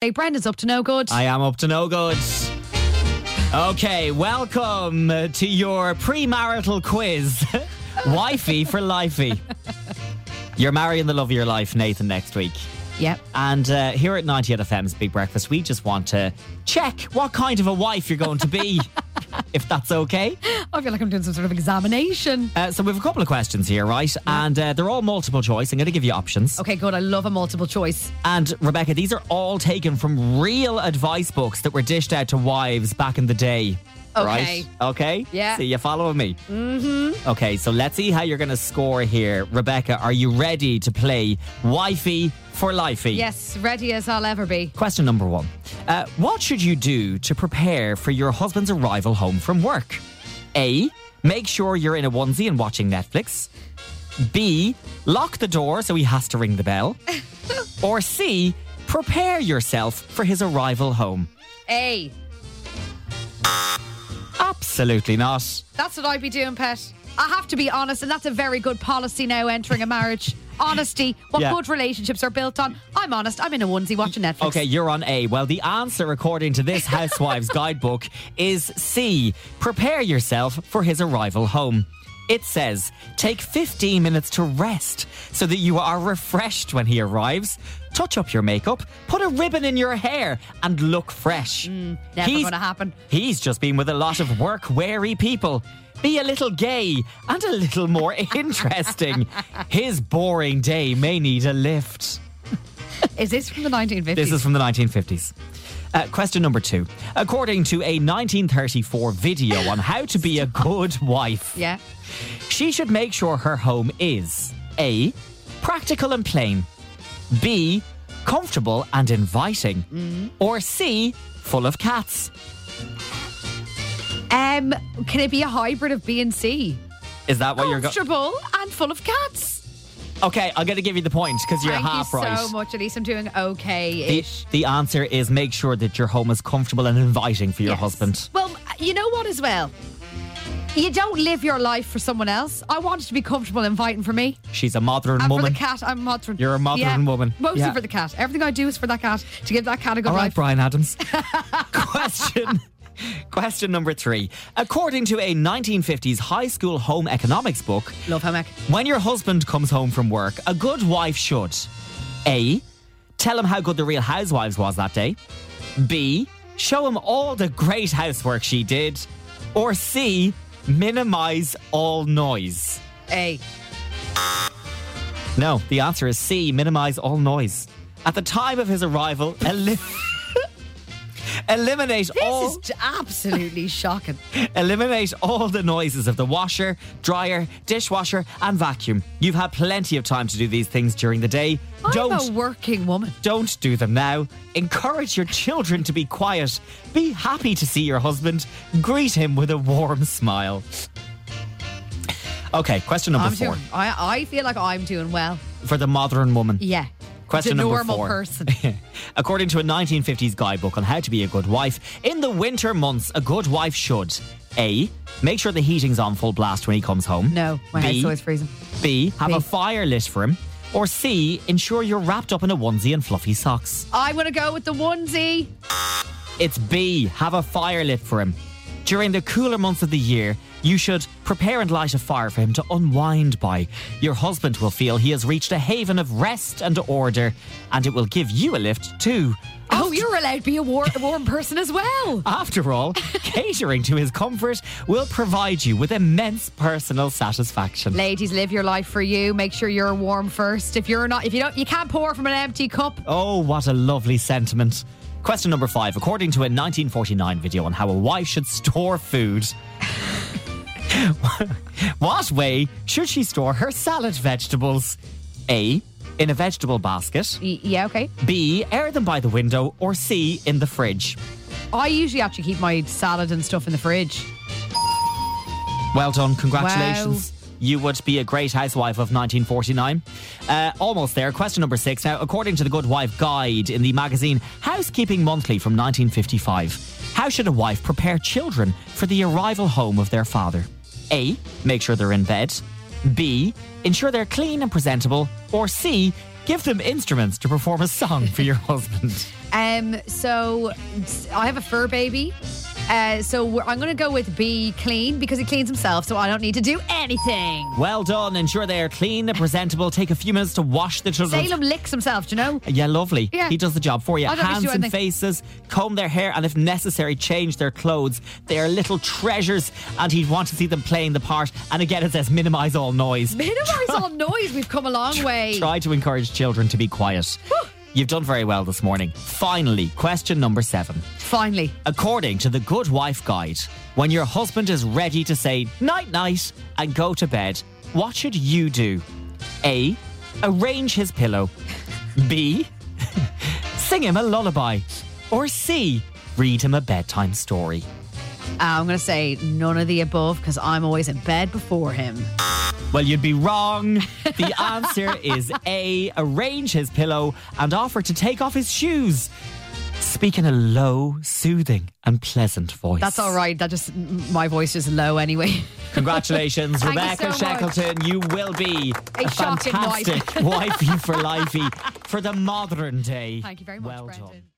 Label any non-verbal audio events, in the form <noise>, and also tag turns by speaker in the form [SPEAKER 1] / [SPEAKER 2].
[SPEAKER 1] say Brendan's up to no good.
[SPEAKER 2] I am up to no good. Okay, welcome uh, to your premarital quiz. <laughs> Wifey for lifey. You're marrying the love of your life, Nathan, next week.
[SPEAKER 1] yep. <gasps>
[SPEAKER 2] And uh, here at 98 FM's Big Breakfast, we just want to check what kind of a wife you're going to be, <laughs> if that's okay.
[SPEAKER 1] I feel like I'm doing some sort of examination.
[SPEAKER 2] Uh, so we have a couple of questions here, right? And uh, they're all multiple choice. I'm going to give you options.
[SPEAKER 1] Okay, good. I love a multiple choice.
[SPEAKER 2] And Rebecca, these are all taken from real advice books that were dished out to wives back in the day.
[SPEAKER 1] Okay.
[SPEAKER 2] Right? Okay?
[SPEAKER 1] Yeah.
[SPEAKER 2] So you following me? Mm-hmm. Okay, so let's see how you're going to score here. Rebecca, are you ready to play Wifey for Lifey?
[SPEAKER 1] Yes, ready as I'll ever be.
[SPEAKER 2] Question number one uh, What should you do to prepare for your husband's arrival home from work? A. Make sure you're in a onesie and watching Netflix. B. Lock the door so he has to ring the bell. or C. Prepare yourself for his arrival home.
[SPEAKER 1] A.
[SPEAKER 2] Absolutely not.
[SPEAKER 1] That's what I'd be doing, Pet. I have to be honest, and that's a very good policy now entering a
[SPEAKER 2] <laughs>
[SPEAKER 1] marriage. Honesty, what
[SPEAKER 2] Yeah.
[SPEAKER 1] good relationships are built on. I'm honest, I'm in a onesie watching Netflix.
[SPEAKER 2] Okay, you're on A. Well, the answer, according
[SPEAKER 1] <laughs>
[SPEAKER 2] to this Housewives guidebook, is C. Prepare yourself for his arrival home. It says, take 15 minutes to rest so that you are refreshed when he arrives. Touch up your makeup, put a ribbon in your hair, and look fresh.
[SPEAKER 1] Mm, never gonna happen.
[SPEAKER 2] He's just been with a lot of work weary people. Be a little gay and a
[SPEAKER 1] <laughs>
[SPEAKER 2] little more interesting. His boring day may need a lift.
[SPEAKER 1] Is this from the 1950s?
[SPEAKER 2] This is from the 1950s. Uh, question number two. According to a 1934 video on how to be a good wife,
[SPEAKER 1] yeah.
[SPEAKER 2] she should make sure her home is A. Practical and plain, B. Comfortable and inviting,
[SPEAKER 1] Mm-hmm.
[SPEAKER 2] or C. Full of cats.
[SPEAKER 1] Um, can it be a hybrid of B and C?
[SPEAKER 2] Is that what Oh, you're going?
[SPEAKER 1] Comfortable and full of cats.
[SPEAKER 2] Okay, I'm going to give you the point because you're
[SPEAKER 1] Thank
[SPEAKER 2] half
[SPEAKER 1] you
[SPEAKER 2] right.
[SPEAKER 1] so much. At least I'm doing okay
[SPEAKER 2] the,
[SPEAKER 1] ish.
[SPEAKER 2] the answer is make sure that your home is comfortable and inviting for your
[SPEAKER 1] Yes.
[SPEAKER 2] husband.
[SPEAKER 1] Well, you know what as well? You don't live your life for someone else. I want it to be comfortable and inviting for me.
[SPEAKER 2] She's a modern
[SPEAKER 1] And
[SPEAKER 2] woman.
[SPEAKER 1] for the cat, I'm mothering.
[SPEAKER 2] You're a mothering woman.
[SPEAKER 1] Mostly
[SPEAKER 2] Yeah.
[SPEAKER 1] for the cat. Everything I do is for that cat to give that cat a good
[SPEAKER 2] All right,
[SPEAKER 1] life. <laughs>
[SPEAKER 2] Brian Adams. question. Question number three. According to a 1950s high school home economics book,
[SPEAKER 1] Love how Mac.
[SPEAKER 2] when your husband comes home from work, a good wife should A. Tell him how good the real housewives was that day. B. Show him all the great housework she did. Or C. Minimize all noise.
[SPEAKER 1] A.
[SPEAKER 2] No, the answer is C. Minimize all noise. At the time of his arrival, eli- <laughs> eliminate
[SPEAKER 1] This
[SPEAKER 2] all.
[SPEAKER 1] is j-
[SPEAKER 2] <laughs>
[SPEAKER 1] absolutely shocking.
[SPEAKER 2] Eliminate all the noises of the washer, dryer, dishwasher, and vacuum. You've had plenty of time to do these things during the day.
[SPEAKER 1] I'm a
[SPEAKER 2] don't
[SPEAKER 1] working woman.
[SPEAKER 2] don't do them now. Encourage your children to be quiet. Be happy to see your husband. Greet him with a warm smile. Okay, question number
[SPEAKER 1] I'm
[SPEAKER 2] four
[SPEAKER 1] doing, I, I feel like I'm doing well.
[SPEAKER 2] for the modern woman.
[SPEAKER 1] Yeah.
[SPEAKER 2] Question
[SPEAKER 1] the
[SPEAKER 2] number
[SPEAKER 1] normal
[SPEAKER 2] four. <laughs>
[SPEAKER 1] person.
[SPEAKER 2] According to a 1950s guidebook on how to be a good wife, in the winter months, a good wife should A. Make sure the heating's on full blast when he comes home.
[SPEAKER 1] No, my
[SPEAKER 2] B,
[SPEAKER 1] head's always freezing.
[SPEAKER 2] B. Have
[SPEAKER 1] B.
[SPEAKER 2] a fire lit for him. Or C. Ensure you're wrapped up in a onesie and fluffy socks.
[SPEAKER 1] I'm going to go with the onesie.
[SPEAKER 2] It's B. Have a fire lit for him. During the cooler months of the year, you should prepare and light a fire for him to unwind by. Your husband will feel he has reached a haven of rest and order, and it will give you a lift too.
[SPEAKER 1] Oh, you're allowed to be a, war- a warm person as well.
[SPEAKER 2] After all, catering to his comfort will provide you with immense personal satisfaction.
[SPEAKER 1] Ladies, live your life for you. Make sure you're warm first. If you're not, if you don't, you can't pour from an empty cup.
[SPEAKER 2] Oh, what a lovely sentiment. Question number five. According to a 1949 video on how a wife should store food, <laughs> what way should she store her salad vegetables? A. In a vegetable basket.
[SPEAKER 1] Y- yeah, okay.
[SPEAKER 2] B. Air them by the window. Or C. In the fridge.
[SPEAKER 1] I usually actually keep my salad and stuff in the fridge.
[SPEAKER 2] Well done. Congratulations. You would be a great housewife of 1949. Uh, almost there. Question number six. Now, according to the Good Wife Guide in the magazine Housekeeping Monthly from 1955, how should a wife prepare children for the arrival home of their father? A. Make sure they're in bed. B. Ensure they're clean and presentable. Or C. Give them instruments to perform a song for your <laughs> husband.
[SPEAKER 1] Um, so I have a fur baby. Uh, so we're, I'm going to go with be clean because he cleans himself, so I don't need to do anything.
[SPEAKER 2] Well done. Ensure they are clean and presentable. Take a few minutes to wash the children.
[SPEAKER 1] Salem licks himself, do you know?
[SPEAKER 2] Yeah, lovely.
[SPEAKER 1] Yeah. Oh,
[SPEAKER 2] He does the job for you.
[SPEAKER 1] I don't need to
[SPEAKER 2] Hands
[SPEAKER 1] do
[SPEAKER 2] and
[SPEAKER 1] anything.
[SPEAKER 2] faces, comb their hair, and if necessary, change their clothes. They are little treasures, and he'd want to see them playing the part. And again, it says minimize all noise.
[SPEAKER 1] Minimise
[SPEAKER 2] <laughs>
[SPEAKER 1] all noise. We've come a long way.
[SPEAKER 2] Try to encourage children to be quiet. You've done very well this morning. Finally, question number seven.
[SPEAKER 1] Finally.
[SPEAKER 2] According to the Good Wife Guide, when your husband is ready to say night night and go to bed, what should you do? A. Arrange his pillow. B. <laughs> Sing him a lullaby. Or C. Read him a bedtime story.
[SPEAKER 1] Uh, I'm going to say none of the above because I'm always in bed before him.
[SPEAKER 2] Well, you'd be wrong.
[SPEAKER 1] <laughs>
[SPEAKER 2] The answer is A. Arrange his pillow and offer to take off his shoes. Speak in a low, soothing, and pleasant voice.
[SPEAKER 1] That's all right. That just, my voice is low anyway. <laughs>
[SPEAKER 2] Congratulations,
[SPEAKER 1] Thank you
[SPEAKER 2] Rebecca
[SPEAKER 1] so much.
[SPEAKER 2] Shackleton. You will be
[SPEAKER 1] A
[SPEAKER 2] a,
[SPEAKER 1] shocking
[SPEAKER 2] <laughs> fantastic wifey for lifey for the modern day.
[SPEAKER 1] Thank you very much,
[SPEAKER 2] well
[SPEAKER 1] Brendan.
[SPEAKER 2] Done.